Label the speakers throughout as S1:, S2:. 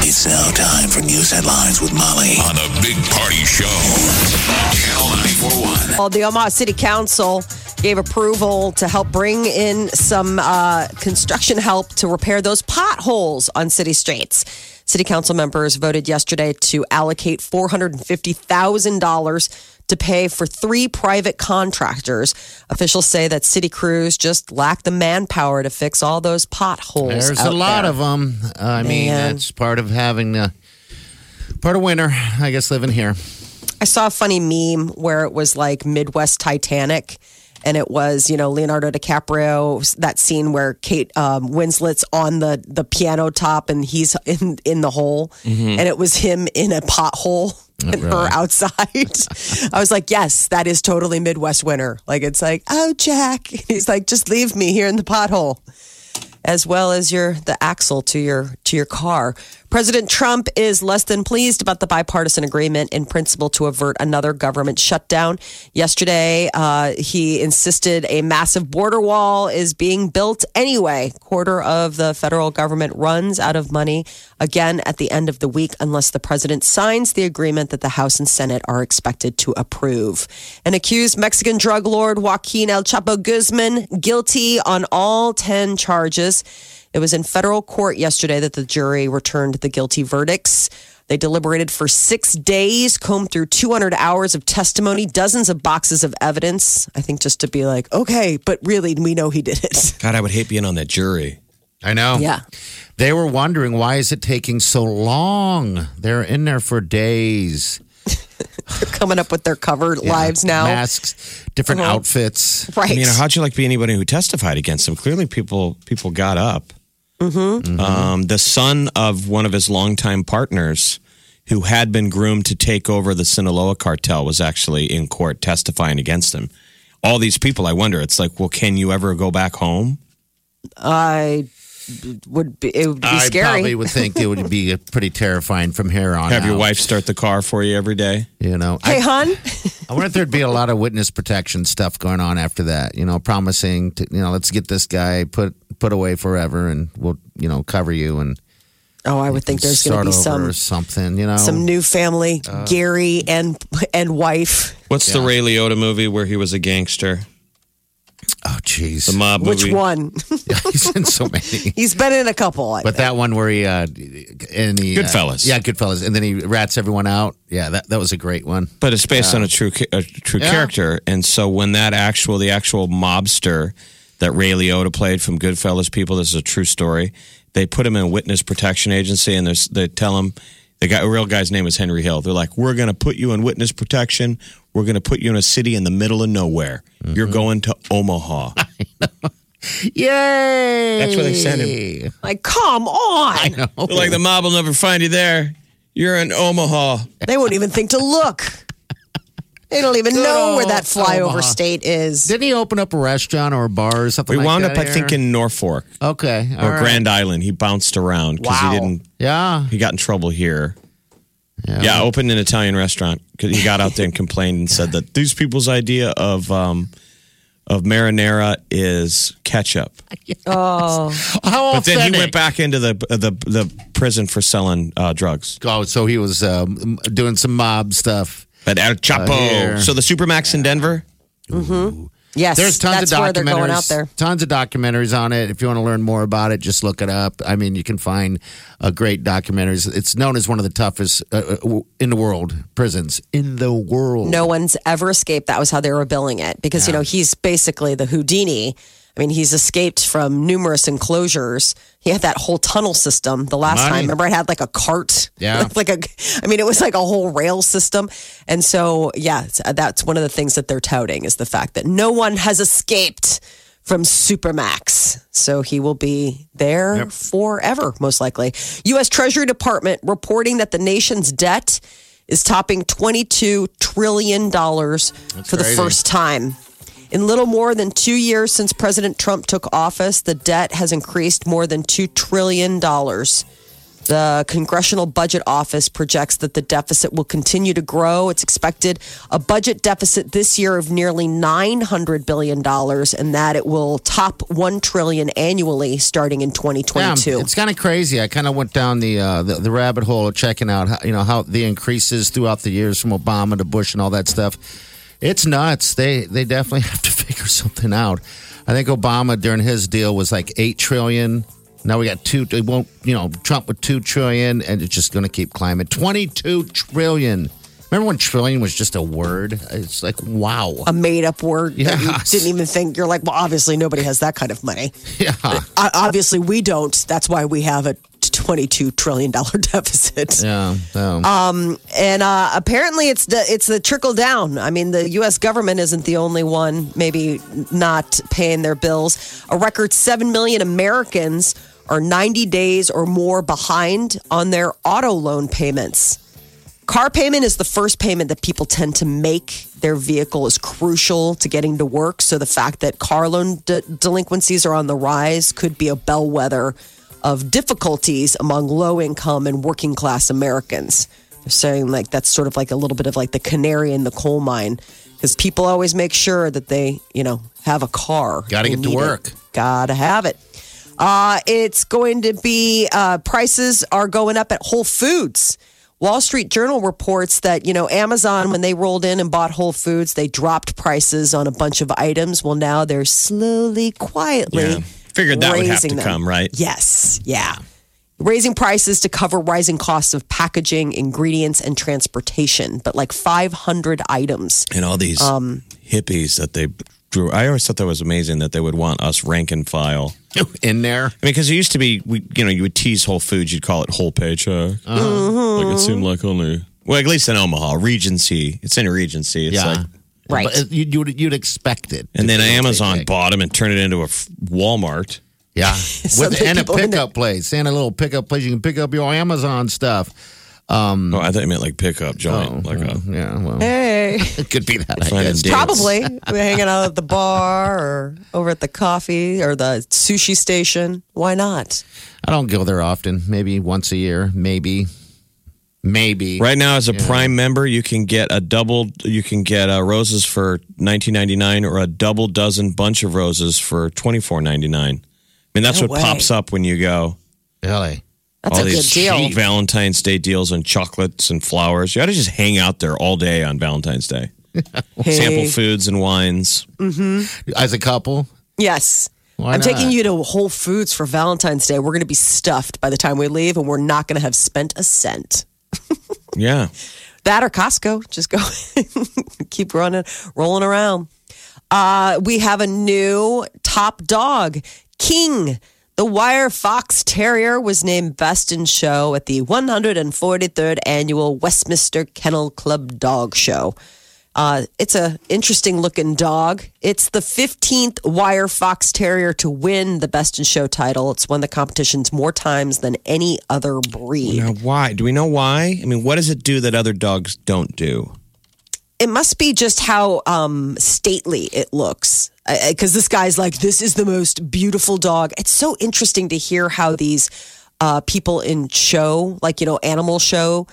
S1: It's now time for news headlines with Molly on the Big Party Show. Channel 941.
S2: Well, the Omaha City Council gave approval to help bring in some uh, construction help to repair those potholes on city streets. City Council members voted yesterday to allocate $450,000 to pay for three private contractors. Officials say that city crews just lack the manpower to fix all those potholes.
S3: There's a
S2: out
S3: lot
S2: there.
S3: of 'em. of them. I mean,
S2: Man.
S3: that's part of having uh part of winter. I guess living here.
S2: I saw a funny meme where it was like Midwest Titanic. And it was, you know, Leonardo DiCaprio, that scene where Kate um, Winslet's on the, the piano top and he's in, in the hole. And it was him in a pothole and her outside. I was like, yes, that is totally Midwest winter. Like, it's like, oh, Jack. He's like, just leave me here in the pothole as well as your the axle to your to your car. President Trump is less than pleased about the bipartisan agreement in principle to avert another government shutdown. Yesterday, uh, he insisted a massive border wall is being built anyway. Quarter of the federal government runs out of money again at the end of the week unless the president signs the agreement that the House and Senate are expected to approve. An accused Mexican drug lord Joaquin El Chapo Guzman guilty on all 10 charges. It was in federal court yesterday that the jury returned the guilty verdicts. They deliberated for six days, combed through 200 hours of testimony, dozens of boxes of evidence. I think just to be like, okay, but really, we know he did it.
S4: God, I would hate being on that jury.
S3: I know. They were wondering why is it taking so long? They're in there for days.
S2: They're coming up with their covered lives now.
S3: Masks, different
S2: Uh-huh.
S3: outfits.
S2: Right.
S4: I mean, how'd you like to be anybody who testified against him? Clearly, people people got up. Mm-hmm. Um, the son of one of his longtime partners, who had been groomed to take over the Sinaloa cartel, was actually in court testifying against him. All these people, I wonder. It's like, well, can you ever go back home?
S2: I would be. It would be
S3: I
S2: scary.
S3: probably would think it would be pretty terrifying from here on.
S4: Have your
S3: out,
S4: wife start the car for you every day.
S3: You know,
S2: hey,
S3: I,
S2: hon.
S3: I wonder if there'd be a lot of witness protection stuff going on after that. You know, promising to you know, let's get this guy put put away forever, and we'll you know cover you and
S2: Oh, I would think there's going to
S3: start
S2: be some
S3: over or uh, something. You know,
S2: some new family, Gary and and wife.
S4: What's the Ray Liotta movie where he was a gangster?
S3: oh jeez,
S4: The mob
S2: Which
S4: movie.
S2: one?
S3: he's in so many.
S2: He's been in a couple. I think.
S3: But that one where he uh, and he
S4: Goodfellas.
S3: uh, yeah, Goodfellas, and then he rats everyone out. Yeah, that that was a great one.
S4: But it's based on a true ca- a true
S3: Yeah.
S4: character, and so when that actual the actual mobster that Ray Liotta played from Goodfellas, people, this is a true story. They put him in witness protection agency, and there's- they tell him the guy, the real guy's name is Henry Hill. They're like, "We're going to put you in witness protection. We're going to put you in a city in the middle of nowhere. You're going to Omaha."
S3: Yay!
S4: That's where they sent him.
S2: like, come on!
S4: They're like the mob will never find you there. You're in Omaha.
S2: They won't even think to look. They don't even
S3: Good
S2: know where
S3: old
S2: that flyover
S3: Omaha.
S2: state is.
S3: Didn't he open up a restaurant or a bar or something?
S4: We
S3: like
S4: wound up,
S3: that
S4: I think,
S3: here?
S4: in Norfolk
S3: okay all
S4: or
S3: right.
S4: Grand Island. He bounced around because
S2: Wow.
S4: he didn't.
S3: Yeah,
S4: He got in trouble here.
S3: yeah.
S4: Yeah, opened an Italian restaurant 'cause he got out there and complained and said that these people's idea of um, of marinara is ketchup.
S2: Oh,
S3: How
S4: But then
S3: authentic.
S4: he went back into the the the prison for selling uh, drugs.
S3: Oh, so he was um, doing some mob stuff.
S4: But El Chapo,
S3: here.
S4: so the Supermax in Denver.
S2: yes.
S3: There's tons
S2: that's
S3: of
S2: where
S3: documentaries.
S2: they're going out there.
S3: Tons of documentaries on it. If you want to learn more about it, just look it up. I mean, you can find a great documentaries. It's known as one of the toughest uh, uh, w- in the world prisons in the world.
S2: No one's ever escaped. That was how they were billing it because, you know, he's basically the Houdini. I mean, he's escaped from numerous enclosures. He had that whole tunnel system the last time.
S3: Money.
S2: Remember, it had like a cart.
S3: Yeah.
S2: like a, I mean, it was like a whole rail system. And uh, so, yeah, it's- that's one of the things that they're touting is the fact that no one has escaped from Supermax. So he will be there forever, most likely. U.S. Treasury Department reporting that the nation's debt is topping $22 trillion for the
S3: crazy.
S2: first time. In little more than two years since President Trump took office, the debt has increased more than $2 trillion. The Congressional Budget Office projects that the deficit will continue to grow. It's expected a budget deficit this year of nearly $900 billion and that it will top $1 trillion annually starting in 2022.
S3: Damn, it's kind of crazy. I kind of went down the, uh, the the rabbit hole of checking out how, you know how the increases throughout the years from Obama to Bush and all that stuff. It's nuts. They they definitely have to figure something out. I think Obama during his deal was like eight trillion. Now we got two. It won't you know Trump with two trillion, and it's just going to keep climbing. Twenty two trillion. Remember when trillion was just a word? It's like wow.
S2: a made up word that you
S3: Yes.
S2: didn't even think. You're like, well, obviously nobody has that kind of money.
S3: yeah.
S2: O- obviously we don't. That's why we have a $22 trillion deficit.
S3: Yeah. So.
S2: And uh, apparently, it's the it's the trickle down. I mean, the U.S. government isn't the only one maybe not paying their bills. A record seven million Americans are 90 days or more behind on their auto loan payments. Car payment is the first payment that people tend to make. Their vehicle is crucial to getting to work. So the fact that car loan de- delinquencies are on the rise could be a bellwether of difficulties among low income and working class Americans. They're saying like that's sort of like a little bit of like the canary in the coal mine because people always make sure that they, you know, have a car.
S3: Gotta
S2: They
S3: get to
S2: need it.
S3: work.
S2: Gotta have it. Uh, it's going to be uh, prices are going up at Whole Foods. Wall Street Journal reports that you know Amazon when they rolled in and bought Whole Foods, they dropped prices on a bunch of items. Well, now they're slowly, quietly
S4: Yeah. Figured that would have
S2: raising
S4: to
S2: them.
S4: come, right?
S2: Yes, yeah. Raising prices to cover rising costs of packaging, ingredients, and transportation, but like 500 items.
S4: and all these hippies that they drew. I always thought that was amazing that they would want us rank and file.
S3: in there.
S4: I mean, because it used to be, we, you know, you would tease Whole Foods, you'd call it Whole Paycheck.
S2: Uh-huh.
S4: Like it seemed like only, well, at least in Omaha, Regency. It's in a Regency. It's like,
S2: Right.
S3: But you, you would, you'd expect it.
S4: and then
S3: To be able to
S4: Amazon
S3: take-
S4: bought them and turned it into a f- Walmart.
S3: Yeah. With,
S2: the
S3: and a
S2: people in
S3: pickup place. And a little pickup place. You can pick up your Amazon stuff.
S2: Mm.
S4: Oh, I thought you meant like pickup joint,
S2: Oh,
S4: like a
S3: Yeah. Well,
S2: Hey.
S3: it could be that. I
S4: finding
S3: guess.
S4: dates.
S2: mm. Probably. We're hanging out at the bar or over at the coffee or the sushi station. Why not?
S3: I don't go there often. Maybe once a year. Maybe. Maybe.
S4: Right now, as a Prime member, you can get a double. You can get uh, roses for nineteen ninety nine, or a double dozen bunch of roses for twenty four ninety nine. I mean, that's
S2: No
S4: what
S2: way.
S4: pops up when you go.
S3: Really.
S2: That's
S4: all
S2: a good
S4: these
S2: deal.
S4: cheap Valentine's Day deals on chocolates and flowers. You ought to just hang out there all day on Valentine's Day. Sample
S2: Hey.
S4: foods and wines.
S3: As a couple.
S2: Yes.
S3: Why
S2: I'm taking
S3: not?
S2: you to Whole Foods for Valentine's Day. We're going to be stuffed by the time we leave, and we're not going to have spent a cent.
S4: Yeah.
S2: That or Costco. Just go keep running, rolling around. Uh, we have a new top dog, King. The Wire Fox Terrier was named Best in Show at the 143rd annual Westminster Kennel Club Dog Show. Uh, it's a interesting looking dog. It's the 15th Wire Fox Terrier to win the Best in Show title. It's won the competitions more times than any other breed.
S4: Now, why? Do we know why? I mean, what does it do that other dogs don't do?
S2: it must be just how um, stately it looks. Because this guy's like, this is the most beautiful dog. It's so interesting to hear how these uh, people in show, like, you know, animal show,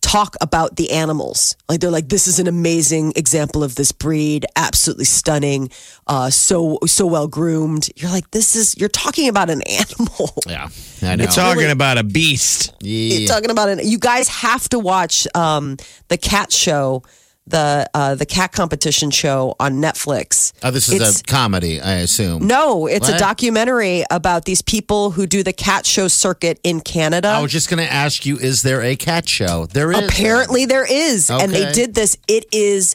S2: talk about the animals. Like, they're like, this is an amazing example of this breed, absolutely stunning, uh, so, so well groomed. You're like, this is, you're talking about an animal.
S3: Yeah. I know.
S4: It's talking about a beast.
S2: You're talking about it. You guys have to watch um, the cat show, the uh, the cat competition show on Netflix.
S3: oh, this is
S2: It's-
S3: a comedy, I assume.
S2: No, it's a
S3: What?
S2: documentary about these people who do the cat show circuit in Canada.
S3: I was just going to ask you, is there a cat show? There is.
S2: Apparently, there is, and they
S3: Okay.
S2: did this. It is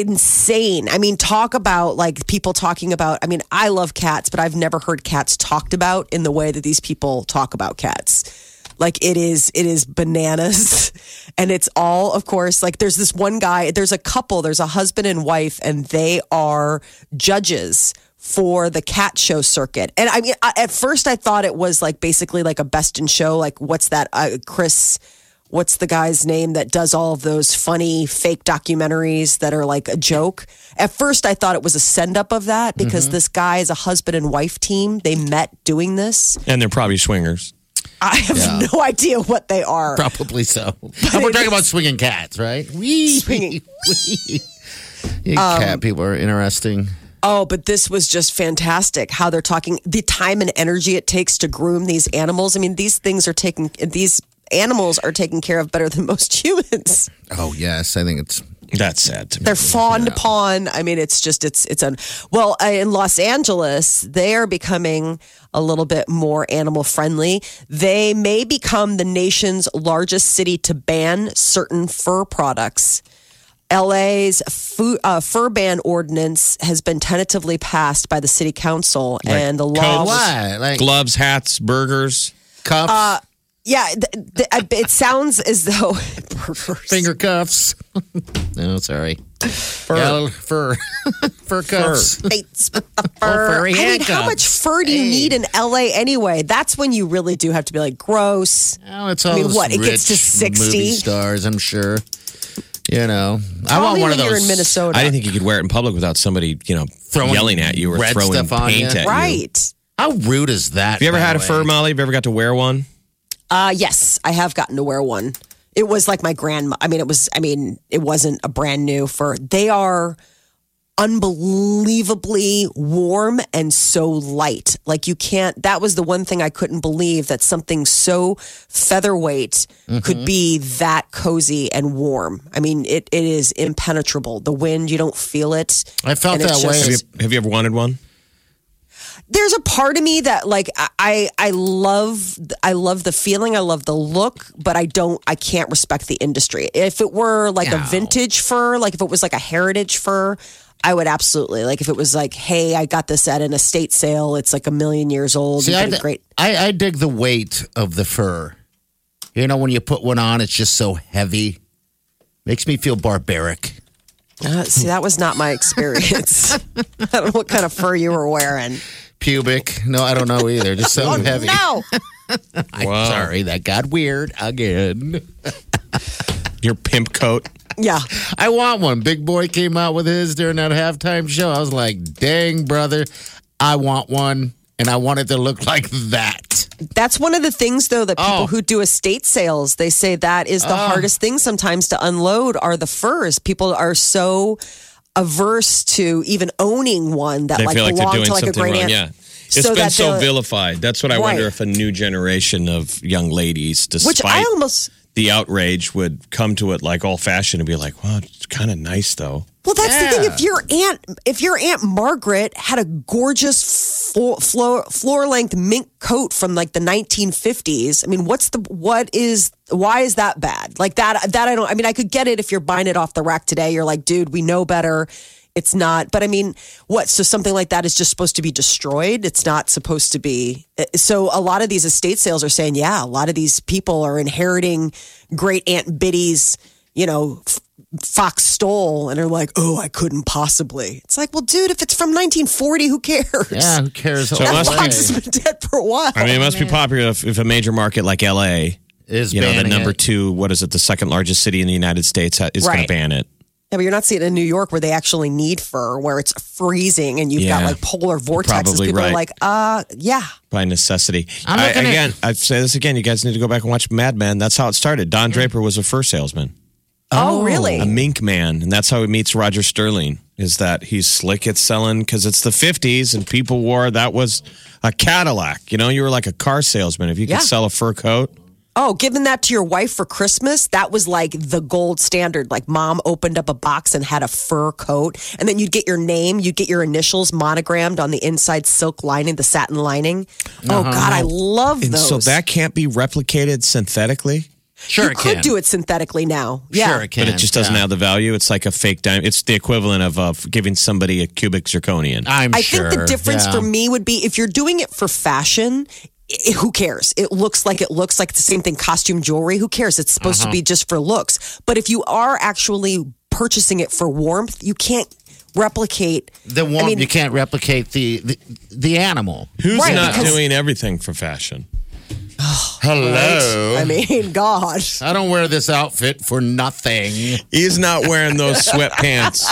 S2: insane. I mean, talk about like people talking about. I mean, I love cats, but I've never heard cats talked about in the way that these people talk about cats. Like it is, it is bananas, and it's all, of course. Like there's this one guy, there's a couple, there's a husband and wife, and they are judges for the cat show circuit. And I mean, I, at first I thought it was like basically like a best in show. Like, what's that? Uh, Chris, what's the guy's name that does all of those funny fake documentaries that are like a joke? At first I thought it was a send up of that because this guy is a husband and wife team. They met doing this.
S4: And they're probably swingers.
S2: I have no idea what they are.
S3: Probably so. And we're talking about swinging cats, right? Wee.
S2: Swinging. Um,
S3: Wee. You cat people are interesting.
S2: Oh, but this was just fantastic how they're talking the time and energy it takes to groom these animals. I mean, these things are taken these animals are taken care of better than most humans.
S3: Oh, yes. I think it's.
S4: That's sad to me.
S2: They're fawned upon. I mean, it's just it's it's un well uh, in Los Angeles they are becoming a little bit more animal friendly. They may become the nation's largest city to ban certain fur products. LA's fu- uh, fur ban ordinance has been tentatively passed by the city council, and the law.
S4: coats?
S2: was-
S3: Why? Like
S4: Gloves, hats, burgers.
S3: cuffs,
S2: Uh, Yeah, th- th- I- it sounds as though perverse.
S3: finger cuffs. no, sorry. Fur. fur. fur cuffs.
S2: Fates with the fur.
S3: furry
S2: I mean, how much
S3: handcuffs.
S2: fur do you need in LA anyway? That's when you really do have to be like gross.
S3: Oh, it's all
S2: mean,
S3: those
S2: what, it gets to
S3: rich
S2: 60?
S3: movie stars, I'm sure. You know, I
S2: Probably
S3: want one of
S2: when
S3: those.
S2: You're in Minnesota,
S4: I didn't think you could wear it in public without somebody, you know,
S3: Throwing
S4: yelling at you or
S3: red
S4: throwing
S3: stuff on
S4: paint
S3: you.
S4: at you.
S2: right?
S3: How rude is that?
S4: Have you ever
S3: by
S4: had a
S3: the
S4: fur,
S3: way?
S4: Molly? Have you ever got to wear one?
S2: Uh yes, I have gotten to wear one. It was like my grandma. I mean, it was. I mean, it wasn't a brand new fur. They are unbelievably warm and so light. Like you can't. That was the one thing I couldn't believe that something so featherweight could be that cozy and warm. I mean, it it is impenetrable. The wind, you don't feel it.
S3: I felt
S2: And it's
S3: that way.
S2: just-
S4: Have
S3: Have
S4: you, have you ever wanted one?
S2: there's a part of me that like I I love I love the feeling, I love the look, but I don't I can't respect the industry. If it were like a vintage fur, like if it was like a heritage fur, I would absolutely like if it was like, hey, I got this at an estate sale, it's like a million years old,
S3: See,
S2: you
S3: I,
S2: get a great
S3: I, I dig the weight of the fur. You know, when you put one on, it's just so heavy. Makes me feel barbaric.
S2: Uh, see that was not my experience. I don't know what kind of fur you were wearing.
S3: Pubic. No, I don't know either. Just so heavy.
S2: Oh, No.
S3: I'm sorry, that got weird again.
S4: Your pimp coat?
S2: Yeah.
S3: I want one. Big Boy came out with his during that halftime show. I was like, dang, brother, I want one. And I want it to look like that.
S2: That's one of the things, though, that people
S3: Oh.
S2: who do estate sales they say that is
S4: Oh.
S2: the hardest thing sometimes to unload are the furs. People are so averse to even owning one that
S4: They
S2: like
S4: feel like they're
S2: belong
S4: doing
S2: to like a
S4: something
S2: great
S4: wrong.
S2: aunt.
S4: Yeah. it's
S2: So
S4: been
S2: that
S4: so
S2: they'll-
S4: vilified. That's what I wonder
S2: Right.
S4: if a new generation of young ladies, despite
S2: Which I almost
S4: the outrage, would come to it like old fashioned and be like, "Wow, it's kind of nice though."
S2: well, that's the thing. If your aunt, if your aunt Margaret had a gorgeous floor floor, floor length mink coat from like the 1950s, I mean, what's the what is why is that bad? Like that that I don't. I mean, I could get it if you're buying it off the rack today. You're like, dude, we know better. It's not. But I mean, what? So something like that is just supposed to be destroyed. It's not supposed to be. Uh, So a lot of these estate sales are saying, yeah, a lot of these people are inheriting great aunt Biddy's. You know, Fox stole, and are like, oh, I couldn't possibly. It's like, well, dude, if it's from 1940, who cares?
S3: Yeah, who cares?
S4: it
S2: That
S4: must
S2: fox has been dead for a while.
S4: I mean, it must be popular if, if a major market like L.A.
S3: Is
S4: you know, the
S3: banning
S4: number
S3: it.
S4: two, what is it, the second largest city in the United States ha- is going
S2: Right.
S4: to ban it.
S2: yeah, but you're not seeing it in New York where they actually need fur, where it's freezing and you've got
S4: Yeah.
S2: like polar vortexes.
S4: Probably
S2: People are
S4: right.
S2: like, uh, yeah.
S4: by necessity.
S3: I'm
S4: I,
S3: looking at-
S4: again, I say this again. You guys need to go back and watch Mad Men. That's how it started.
S2: Mm.
S4: Don Draper was a fur salesman,
S2: Oh, really?
S4: a mink man, and that's how he meets Roger Sterling. Is that he's slick at selling because it's the '50s and people wore that was a Cadillac. You know, you were like a car salesman if you could
S2: Yeah.
S4: sell a fur coat.
S2: Oh, giving that to your wife for Christmas, that was like the gold standard. Like mom opened up a box and had a fur coat. And then you'd get your name, you'd get your initials monogrammed on the inside silk lining, the satin lining. Oh, God, I love
S4: And
S2: those.
S4: so that can't be replicated synthetically.
S3: Sure,
S2: you
S3: it
S2: could
S3: can.
S2: do it synthetically now. Yeah.
S3: Sure, it can.
S4: But it just doesn't have the value. It's like a fake dime. It's the equivalent of uh, giving somebody a cubic zirconian.
S3: I'm
S2: I
S3: sure.
S2: think the difference
S3: yeah.
S2: for me would be if you're doing it for fashion. i who cares? It looks like it looks like the same thing. Costume jewelry. Who cares? It's
S3: Uh-huh.
S2: supposed to be just for looks. But if you are actually purchasing it for warmth, you can't replicate
S3: The one
S2: I mean,
S3: you can't replicate the the, the animal.
S4: Who's
S2: Right,
S4: not
S2: because-
S4: doing everything for fashion?
S3: Hello.
S2: I mean, God.
S3: I don't wear this outfit for nothing.
S4: He's not wearing those sweatpants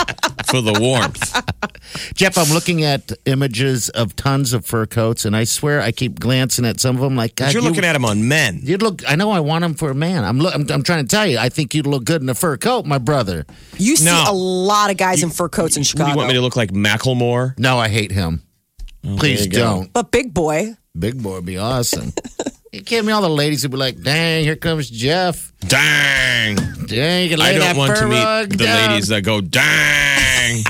S4: for the warmth.
S2: Uh,
S3: Jeff, I'm looking at images of tons of fur coats, and I swear I keep glancing at some of them like, God,
S4: You're looking at him on men.
S3: You'd look. I know. I want them for a man. I'm. Look, I'm. I'm trying to tell you. I think you'd look good in a fur coat, my brother.
S2: You see
S4: No.
S2: a lot of guys in fur coats in
S4: Do
S2: Chicago.
S4: you want me to look like Macklemore?
S3: No, I hate him. Please
S4: Oh, there you go.
S3: don't.
S2: but big boy,
S3: Big boy would be awesome. you kidding me? All the ladies would be like, "Dang, here comes Jeff.
S4: Dang!
S3: Dang, you can lay
S4: I
S3: that
S4: don't want
S3: fur
S4: to
S3: rug
S4: meet the
S3: down."
S4: ladies that go dang.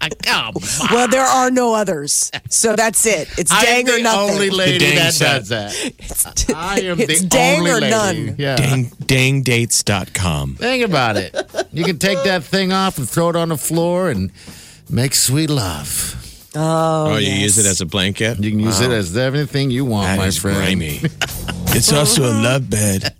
S3: I, come on.
S2: well, there are no others. So that's it. It's
S3: I'm
S2: dang
S3: the
S2: or nothing.
S3: only
S4: The
S3: lady
S4: dang
S3: that
S4: set.
S3: does that.
S2: it's
S3: I am
S2: it's
S3: the
S2: dang
S3: only
S2: or
S3: lady.
S2: none.
S3: Yeah.
S4: Dang, dangdates.com.
S3: Think about it. You can take that thing off and throw it on the floor and make sweet love.
S4: Oh, you use it as a blanket?
S3: You can use it as everything you want,
S4: That
S3: my
S4: is
S3: friend.
S4: grimy. it's also a love bed.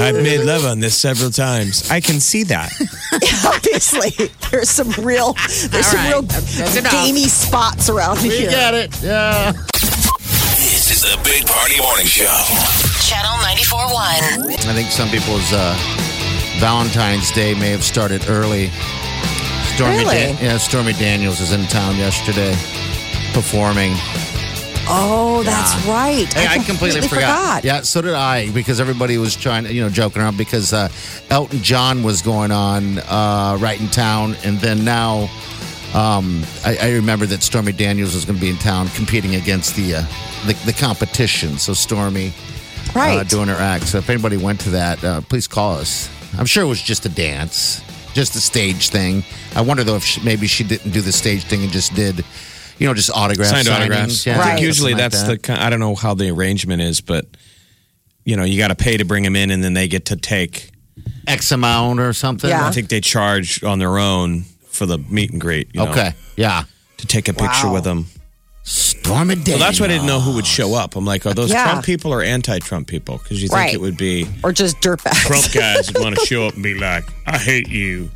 S4: I've made love on this several times. I can see that.
S2: Obviously, there's some real, there's some
S3: right.
S2: real
S3: That's enough.
S2: gamey spots around
S3: We
S2: here.
S3: got it. Yeah.
S1: This is the Big Party Morning Show.
S5: Channel 94.1.
S3: I think some people's uh, Valentine's Day may have started early. Stormy
S2: Really?
S3: Dan- yeah, Stormy Daniels is in town yesterday performing.
S2: Oh, that's right.
S3: Hey, I completely, forgot. Yeah, so did I because everybody was trying, to, you know, joking around because uh, Elton John was going on uh, right in town, and then now um, I, I remember that Stormy Daniels was going to be in town competing against the uh, the, the competition. So Stormy,
S2: Right.
S3: uh, doing her act. So if anybody went to that, uh, please call us. I'm sure it was just a dance, just a stage thing. I wonder though if she, maybe she didn't do the stage thing and just did, you know, just autographs,
S4: Signed autographs.
S3: signings. Yeah,
S4: I think
S2: Right.
S4: usually
S3: something like
S4: that's
S3: that.
S4: the kind, I don't know how the arrangement is, but you know, you got to pay to bring them in and then they get to take.
S3: X amount or something.
S4: I
S2: Yeah.
S4: think they charge on their own for the meet and greet. you know,
S3: Okay. Yeah.
S4: to take a picture with them.
S3: Stormy
S4: Well,
S3: Daniels.
S4: that's why I didn't know who would show up. I'm like, are those
S2: Yeah.
S4: Trump people or anti-Trump people? Because you think
S2: Right.
S4: it would be
S2: Or just dirtbags.
S4: Trump guys would want to show up and be like, "I hate you."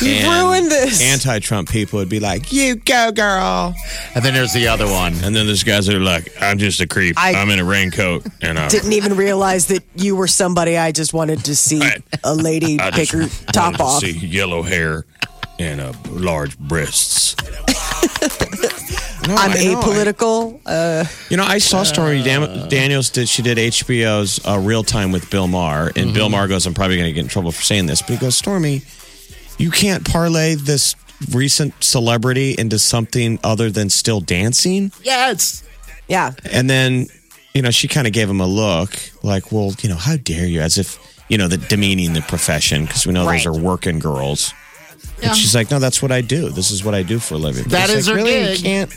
S4: You
S2: ruined this.
S4: Anti-Trump people would be like, "You go, girl."
S3: And then there's the other one.
S4: And then there's guys that are like, "I'm just a creep.
S2: I-
S4: I'm in a raincoat and I
S2: Didn't even realize that you were somebody I just wanted to see
S4: Right.
S2: a lady
S4: I
S2: take
S4: just
S2: her
S4: wanted
S2: top
S4: to
S2: off.
S4: see yellow hair and uh, large breasts." No,
S2: I'm
S4: I know, I-
S2: apolitical. Uh,
S4: You know, I saw
S3: Uh.
S4: Stormy Dan- Daniels did she did HBO's uh, Real Time with Bill Maher, and
S3: Mm-hmm.
S4: Bill Maher goes, "I'm probably going to get in trouble for saying this," but he goes, "Stormy, you can't parlay this recent celebrity into something other than still dancing."
S3: Yes.
S2: yeah.
S4: And then, you know, she kind of gave him a look, like, "Well, you know, how dare you?" As if you know, the demeaning the profession because we know those
S2: Right.
S4: are working girls. And she's like, "No, that's what I do. This is what I do for a living."
S3: That
S4: That is
S3: is her
S4: really
S3: gig."
S4: you can't.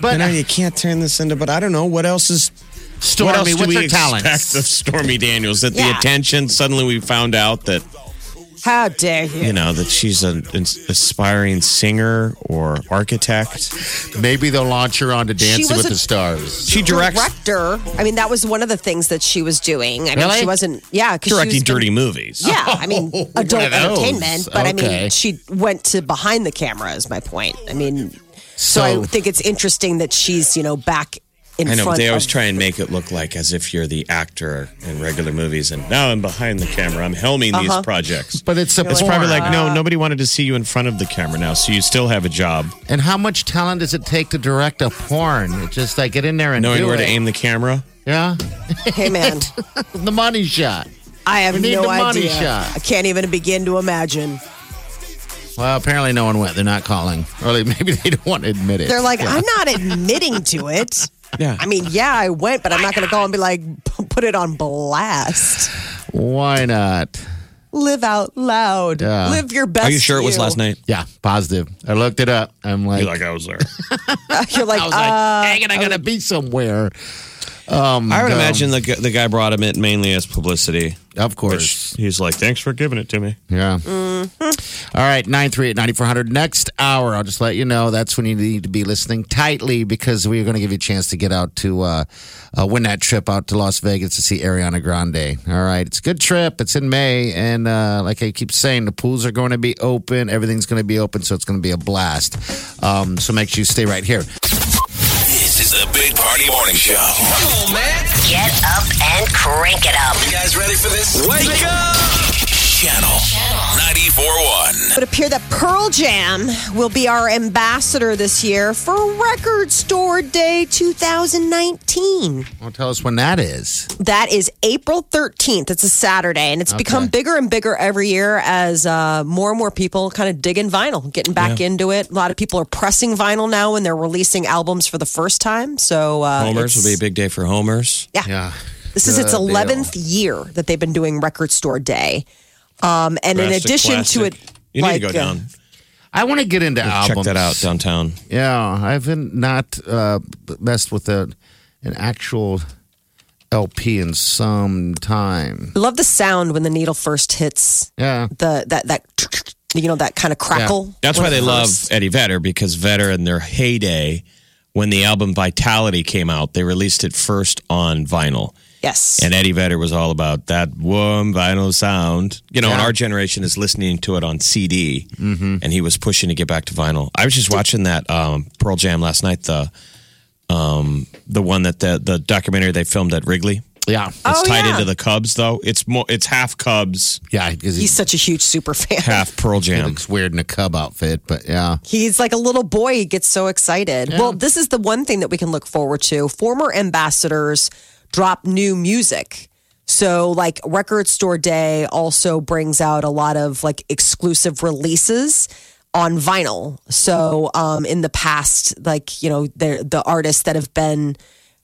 S3: But
S4: you know, you can't turn this into. But I don't know what else is
S3: Stormy,
S4: what else do
S3: what's
S4: we
S3: her talent?
S4: expect of Stormy Daniels? That the
S2: Yeah.
S4: attention suddenly we found out that
S2: How dare you?
S4: you know that she's an ins- aspiring singer or architect.
S3: Maybe they'll launch her onto Dancing
S2: was
S3: with
S2: a-
S3: the Stars.
S4: She directs
S2: Director. I mean, that was one of the things that she was doing. I mean,
S3: Really?
S2: she wasn't. Yeah, 'cause she
S4: directing
S2: was-
S4: dirty movies.
S2: Yeah, I mean,
S3: Oh, one
S2: adult
S3: of those.
S2: entertainment. But I
S3: Okay.
S2: mean, she went to behind the camera. Is my point. I mean, so,
S3: So-
S2: I think it's interesting that she's you know back in
S4: I know. But
S2: front.
S4: they always
S2: of,
S4: try and make it look like as if you're the actor in regular movies, and now I'm behind the camera. I'm helming
S2: Uh-huh.
S4: these projects.
S3: But it's a
S4: It's
S3: porn.
S4: probably like no, nobody wanted to see you in front of the camera now, so you still have a job.
S3: And how much talent does it take to direct a porn? It's just like get in there and
S4: Knowing
S3: do
S4: where
S3: it.
S4: to aim the camera.
S3: Yeah,
S2: Hey man,
S3: the money shot.
S2: I have
S3: We need
S2: no
S3: the money
S2: idea.
S3: shot.
S2: I can't even begin to imagine.
S3: Well, apparently no one went. They're not calling, or they, maybe they don't want to admit it.
S2: They're like, I'm not admitting to it.
S4: Yeah.
S2: I mean, yeah, I went, but I'm not going to go and be like, "P- put it on blast.
S3: why not?
S2: Live out loud.
S3: Yeah.
S2: Live your best.
S4: Are you sure it was
S2: you.
S4: last night?
S3: Yeah, positive. I looked it up. I'm like,
S4: You're like I was there.
S2: You're like,
S3: I was like,
S2: uh,
S3: dang it, I gotta be somewhere.
S4: I would imagine the gu- the guy brought him it mainly as publicity.
S3: Of course.
S4: Which he's like, thanks for giving it to me.
S3: Yeah. All right, 938-9400. Next hour, I'll just let you know that's when you need to be listening tightly because we are going to give you a chance to get out to uh, uh, win that trip out to Las Vegas to see Ariana Grande. All right, it's a good trip. It's in May, and uh, like I keep saying, the pools are going to be open. Everything's going to be open, so it's going to be a blast. Um, so make sure you stay right here.
S1: This is the Big Party Morning Show.
S6: Come on, man.
S5: Get up and crank it up.
S6: You guys ready for this? Wake up!
S1: Channel 94.1.
S2: It would appear that Pearl Jam will be our ambassador this year for Record Store Day 2019.
S3: Well, tell us when that is.
S2: That is April 13th. It's a Saturday, and it's become bigger and bigger every year as uh, more and more people kind of digging vinyl, getting back into it. A lot of people are pressing vinyl now and they're releasing albums for the first time. So, uh,
S4: Homers will be a
S2: it's-
S4: big day for homers.
S2: yeah.
S3: Yeah.
S2: This is its
S3: Good deal.
S2: 11th year that they've been doing Record Store Day. Um, and in
S4: Drastic
S2: addition to
S4: plastic.
S2: it,
S4: you
S2: like,
S4: need to go
S2: uh,
S4: down.
S3: I want to get into
S4: Check
S3: albums.
S4: that out downtown.
S3: Yeah, I've been not uh, messed with a, an actual LP in some time.
S2: I love the sound when the needle first hits
S3: Yeah.
S2: the that that you know that kind of crackle.
S4: That's
S2: when
S4: why they
S2: it
S4: love
S2: first-
S4: Eddie Vedder because Vedder in their heyday, when the album Vitality came out, they released it first on vinyl.
S2: Yes,
S4: And Eddie Vedder was all about that warm vinyl sound. You know, and our generation is listening to it on CD,
S2: Mm-hmm.
S4: and he was pushing to get back to vinyl. I was just watching that um, Pearl Jam last night, the um, the one that the the documentary they filmed at Wrigley.
S3: Yeah.
S4: It's
S2: Oh,
S4: tied
S2: yeah.
S4: into the Cubs though. It's more it's half Cubs,
S3: Yeah, because he
S2: he's such a huge super fan.
S4: half Pearl Jam.
S3: looks weird in a Cub outfit, but yeah.
S2: He's like a little boy. He gets so excited. Well, this is the one thing that we can look forward to. Former ambassadors drop new music. So, like, Record Store Day also brings out a lot of like exclusive releases on vinyl. So, um, in the past, like, you know, the, the artists that have been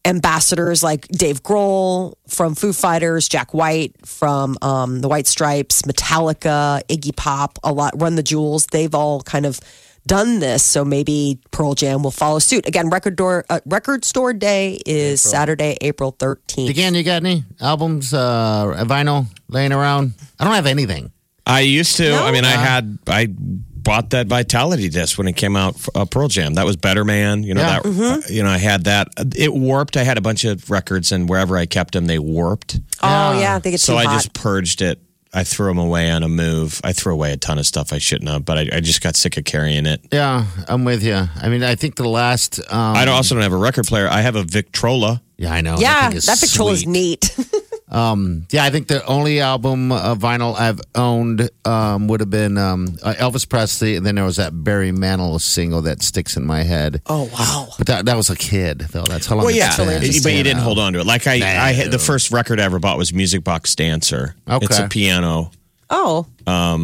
S2: ambassadors like Dave Grohl from Foo Fighters, Jack White from um, the White Stripes, Metallica, Iggy Pop, a lot, Run the Jewels. They've all kind of done this, so maybe Pearl Jam will follow suit. Again, Record Door uh, Record Store Day is Saturday, April thirteenth.
S3: Again, you got any albums, uh, vinyl laying around? I don't have anything.
S4: I used to.
S2: No?
S4: I mean, I had I bought that Vitality disc when it came out. Uh, Pearl Jam. That was Better Man. You know
S3: Yeah.
S4: that. uh, You know, I had that. It warped. I had a bunch of records, and wherever I kept them, they warped.
S2: Oh yeah, I think it's
S4: Ah, so
S2: too
S4: I
S2: hot.
S4: just purged it. I threw them away on a move. I threw away a ton of stuff I shouldn't have, but I, I just got sick of carrying it.
S3: Yeah, I'm with you. I mean, I think the last. Um,
S4: I also don't have a record player. I have a Victrola.
S3: yeah, I know.
S2: yeah,
S3: thing is
S2: that picture is
S3: sweet.
S2: neat.
S3: Yeah, I think the only album uh, vinyl I've owned um, would have been um, uh, Elvis Presley, and then there was that Barry Manilow single that sticks in my head.
S2: oh wow.
S3: But that, that was a kid, though. That's how long. it's been.
S4: but you didn't hold on to it. Like I, I had, the first record I ever bought was Music Box Dancer.
S3: Okay.
S4: it's a piano.
S2: Oh,
S4: Um,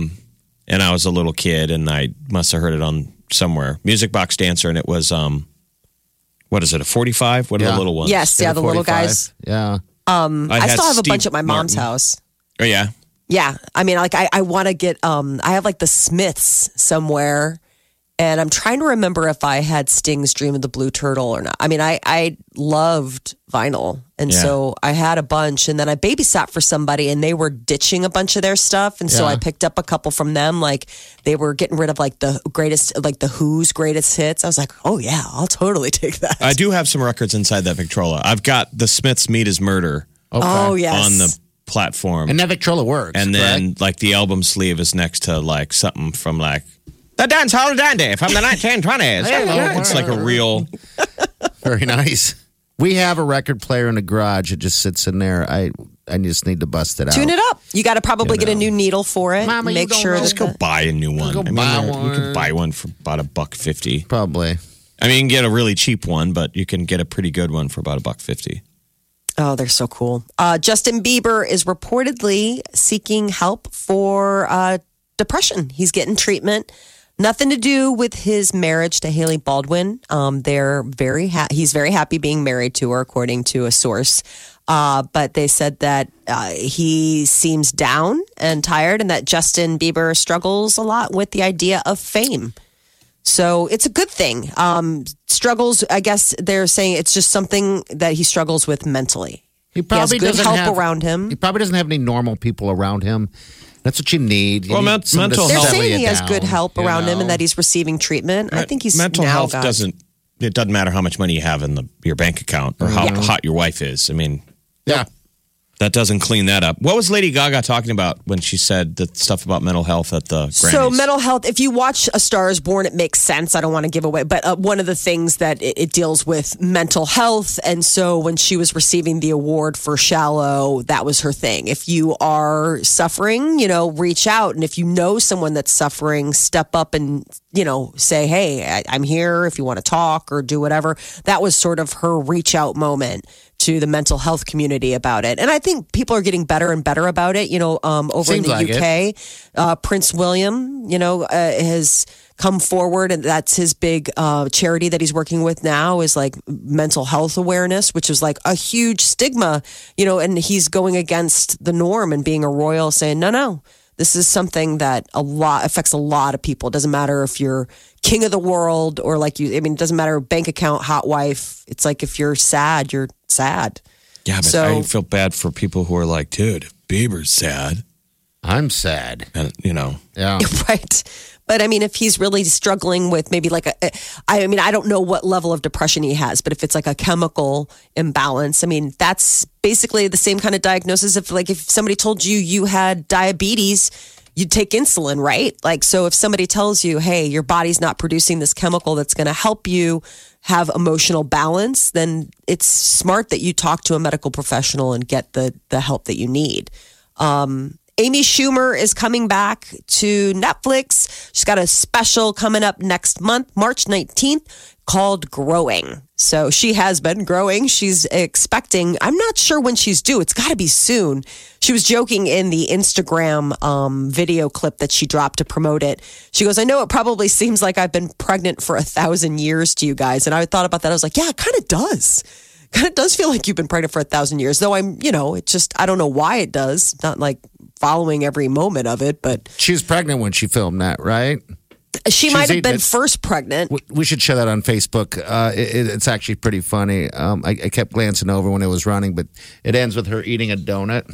S4: and I was a little kid, and I must have heard it on somewhere. Music box dancer, and it was um, what is it? A forty-five? What are
S3: Yeah.
S4: the little ones?
S2: yes, yeah, the little
S3: 45.
S2: guys.
S3: Yeah,
S2: I
S4: had
S2: still have a
S4: Steve
S2: bunch at my mom's
S4: Martin.
S2: house.
S4: Oh yeah,
S2: Yeah. I mean, like I, I want to get um I have like the Smiths somewhere and I'm trying to remember if I had Sting's Dream of the Blue Turtle or not. I mean, I I loved vinyl. And
S4: Yeah.
S2: so I had a bunch and then I babysat for somebody and they were ditching a bunch of their stuff and so I
S3: Yeah.
S2: picked up a couple from them like they were getting rid of like the greatest like the Who's greatest hits. I was like, "Oh yeah, I'll totally take that."
S4: I do have some records inside that Victrola. I've got the Smiths Meat Is Murder
S2: Oh yes.
S4: on the platform,
S3: and that Victrola works.
S4: and
S3: correct?
S4: then like the album sleeve is next to like something from like. The dance hall dandy from the 1920s. it's like a real.
S3: Very nice. We have a record player in the garage. It just sits in there. I I just need to bust it out.
S2: Tune it up. You got to probably get a new needle for it.
S3: Mama, you
S2: Make
S3: don't
S2: sure
S3: know.
S2: that
S4: Just go
S2: the-
S4: buy a new one.
S3: Go
S4: I mean,
S3: buy
S4: there- You
S3: one.
S4: can buy one for about a buck fifty.
S3: Probably.
S4: I mean, you can get a really cheap one, but you can get a pretty good one for about a buck fifty.
S2: Oh, they're so cool. Uh, Justin Bieber is reportedly seeking help for uh, depression. He's getting treatment. Nothing to do with his marriage to Haley Baldwin. Um, they're very ha- he's very happy being married to her, according to a source. Uh, but they said that uh, he seems down and tired, and that Justin Bieber struggles a lot with the idea of fame. So it's a good thing. Um, struggles, I guess they're saying it's just something that he struggles with mentally.
S3: He probably
S2: has good
S3: doesn't
S2: help
S3: have,
S2: around him.
S3: He probably doesn't have any normal people around him. That's what you need. You
S4: Well,
S3: need
S4: men-
S3: someone to
S4: mental
S2: They're
S4: health-
S3: settle
S2: saying
S3: you
S2: he has
S3: down,
S2: good help
S3: you
S2: around him
S3: know?
S2: and that he's receiving treatment. I think he's
S4: mental
S2: now
S4: health
S2: got-
S4: doesn't. It doesn't matter how much money you have in the your bank account or how hot your wife is. I mean,
S3: Yeah.
S4: that doesn't clean that up. What was Lady Gaga talking about when she said the stuff about mental health at the Grammys?
S2: So mental health. If you watch A Star Is Born, it makes sense. I don't want to give away, but uh, one of the things that it, it deals with mental health, and so when she was receiving the award for Shallow, that was her thing. If you are suffering, you know, reach out, and if you know someone that's suffering, step up and you know say, hey, I, I'm here. If you want to talk or do whatever, that was sort of her reach out moment. To the mental health community about it, and I think people are getting better and better about it. You know, um, over in
S3: Seems
S2: the
S3: like it.
S2: UK, uh, Prince William, you know, uh, has come forward, and that's his big uh, charity that he's working with now is like mental health awareness, which is like a huge stigma, you know, and he's going against the norm and being a royal, saying, no, no. This is something that a lot affects a lot of people. It doesn't matter if you're king of the world or like you, I mean, it doesn't matter bank account, hot wife. It's like if you're sad, you're sad.
S4: yeah, but
S2: so-
S4: I feel bad for people who are like, dude, Bieber's sad,
S3: I'm sad.
S4: and you know,
S3: Yeah.
S2: Right. But I mean, if he's really struggling with maybe like a, I mean, I don't know what level of depression he has, but if it's like a chemical imbalance, I mean, that's basically the same kind of diagnosis. If like if somebody told you you had diabetes, you'd take insulin, right? Like, so if somebody tells you, hey, your body's not producing this chemical that's going to help you have emotional balance, then it's smart that you talk to a medical professional and get the, the help that you need. Amy Schumer is coming back to Netflix. She's got a special coming up next month, March 19th, called Growing. So she has been growing. She's expecting, I'm not sure when she's due. It's got to be soon. She was joking in the Instagram um, video clip that she dropped to promote it. She goes, I know it probably seems like I've been pregnant for a thousand years to you guys. And I thought about that. I was like, yeah, it kind of does kind of does feel like you've been pregnant for a thousand years, though I'm, you know, it just, I don't know why it does. Not like following every moment of it, but
S3: She was pregnant when she filmed that, right?
S2: she
S3: She's
S2: might have been
S3: eating it.
S2: first pregnant.
S3: We- We should share that on Facebook. Uh, it, it- it's actually pretty funny. Um, I, I kept glancing over when it was running, but it ends with her eating a donut.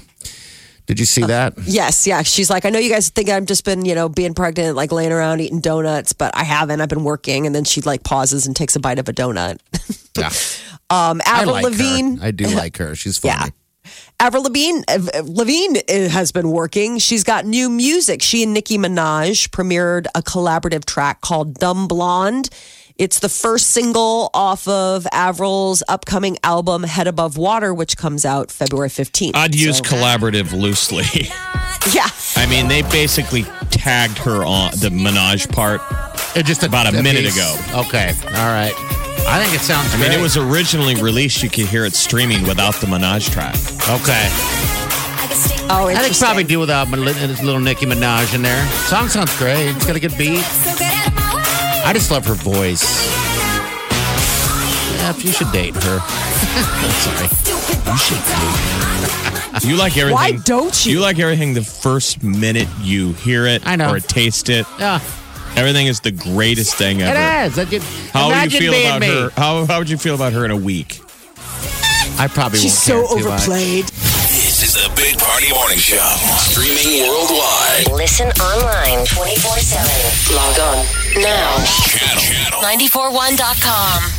S3: Did you see that?
S2: Yes, yeah. She's like, I know you guys think I've just been, you know, being pregnant, like laying around eating donuts, but I haven't. I've been working. And then she like pauses and takes a bite of a donut.
S3: Yeah.
S2: Um,
S3: I
S2: Avril
S3: like
S2: Lavigne.
S3: her. I do like her. She's funny.
S2: Yeah. Avril Lavigne, Lavigne uh, has been working. She's got new music. She and Nicki Minaj premiered a collaborative track called Dumb Blonde. It's the first single off of Avril's upcoming album Head Above Water, which comes out February 15th.
S4: I'd use
S2: So-
S4: collaborative loosely.
S2: yeah.
S4: I mean, they basically tagged her on the Minaj part.
S3: It just
S4: About a minute
S3: piece.
S4: ago.
S3: Okay. All right. I think it sounds.
S4: I mean, it was originally released. You could hear it streaming without the Minaj track.
S3: okay.
S2: Oh,
S3: I think
S2: interesting.
S3: probably do without my little, little Nicki Minaj in there. Song sounds great. It's got a good beat. I just love her voice. Yeah, you should date her. Sorry.
S4: You like everything.
S2: Why don't you?
S4: You like everything the first minute you hear it
S3: I know.
S4: or taste it.
S3: Yeah,
S4: Everything is the greatest thing ever.
S3: it is. I could,
S4: How would you
S3: imagine
S4: feel
S3: being
S4: about
S3: me.
S4: her? How, how would you feel about her in a week?
S3: I probably
S2: She's
S3: won't
S2: so
S3: care too much.
S2: overplayed.
S1: This is the Big Party Morning Show. Streaming worldwide.
S5: Listen online 24 7. Log on now.
S1: Channel, channel
S5: ninety 941.com.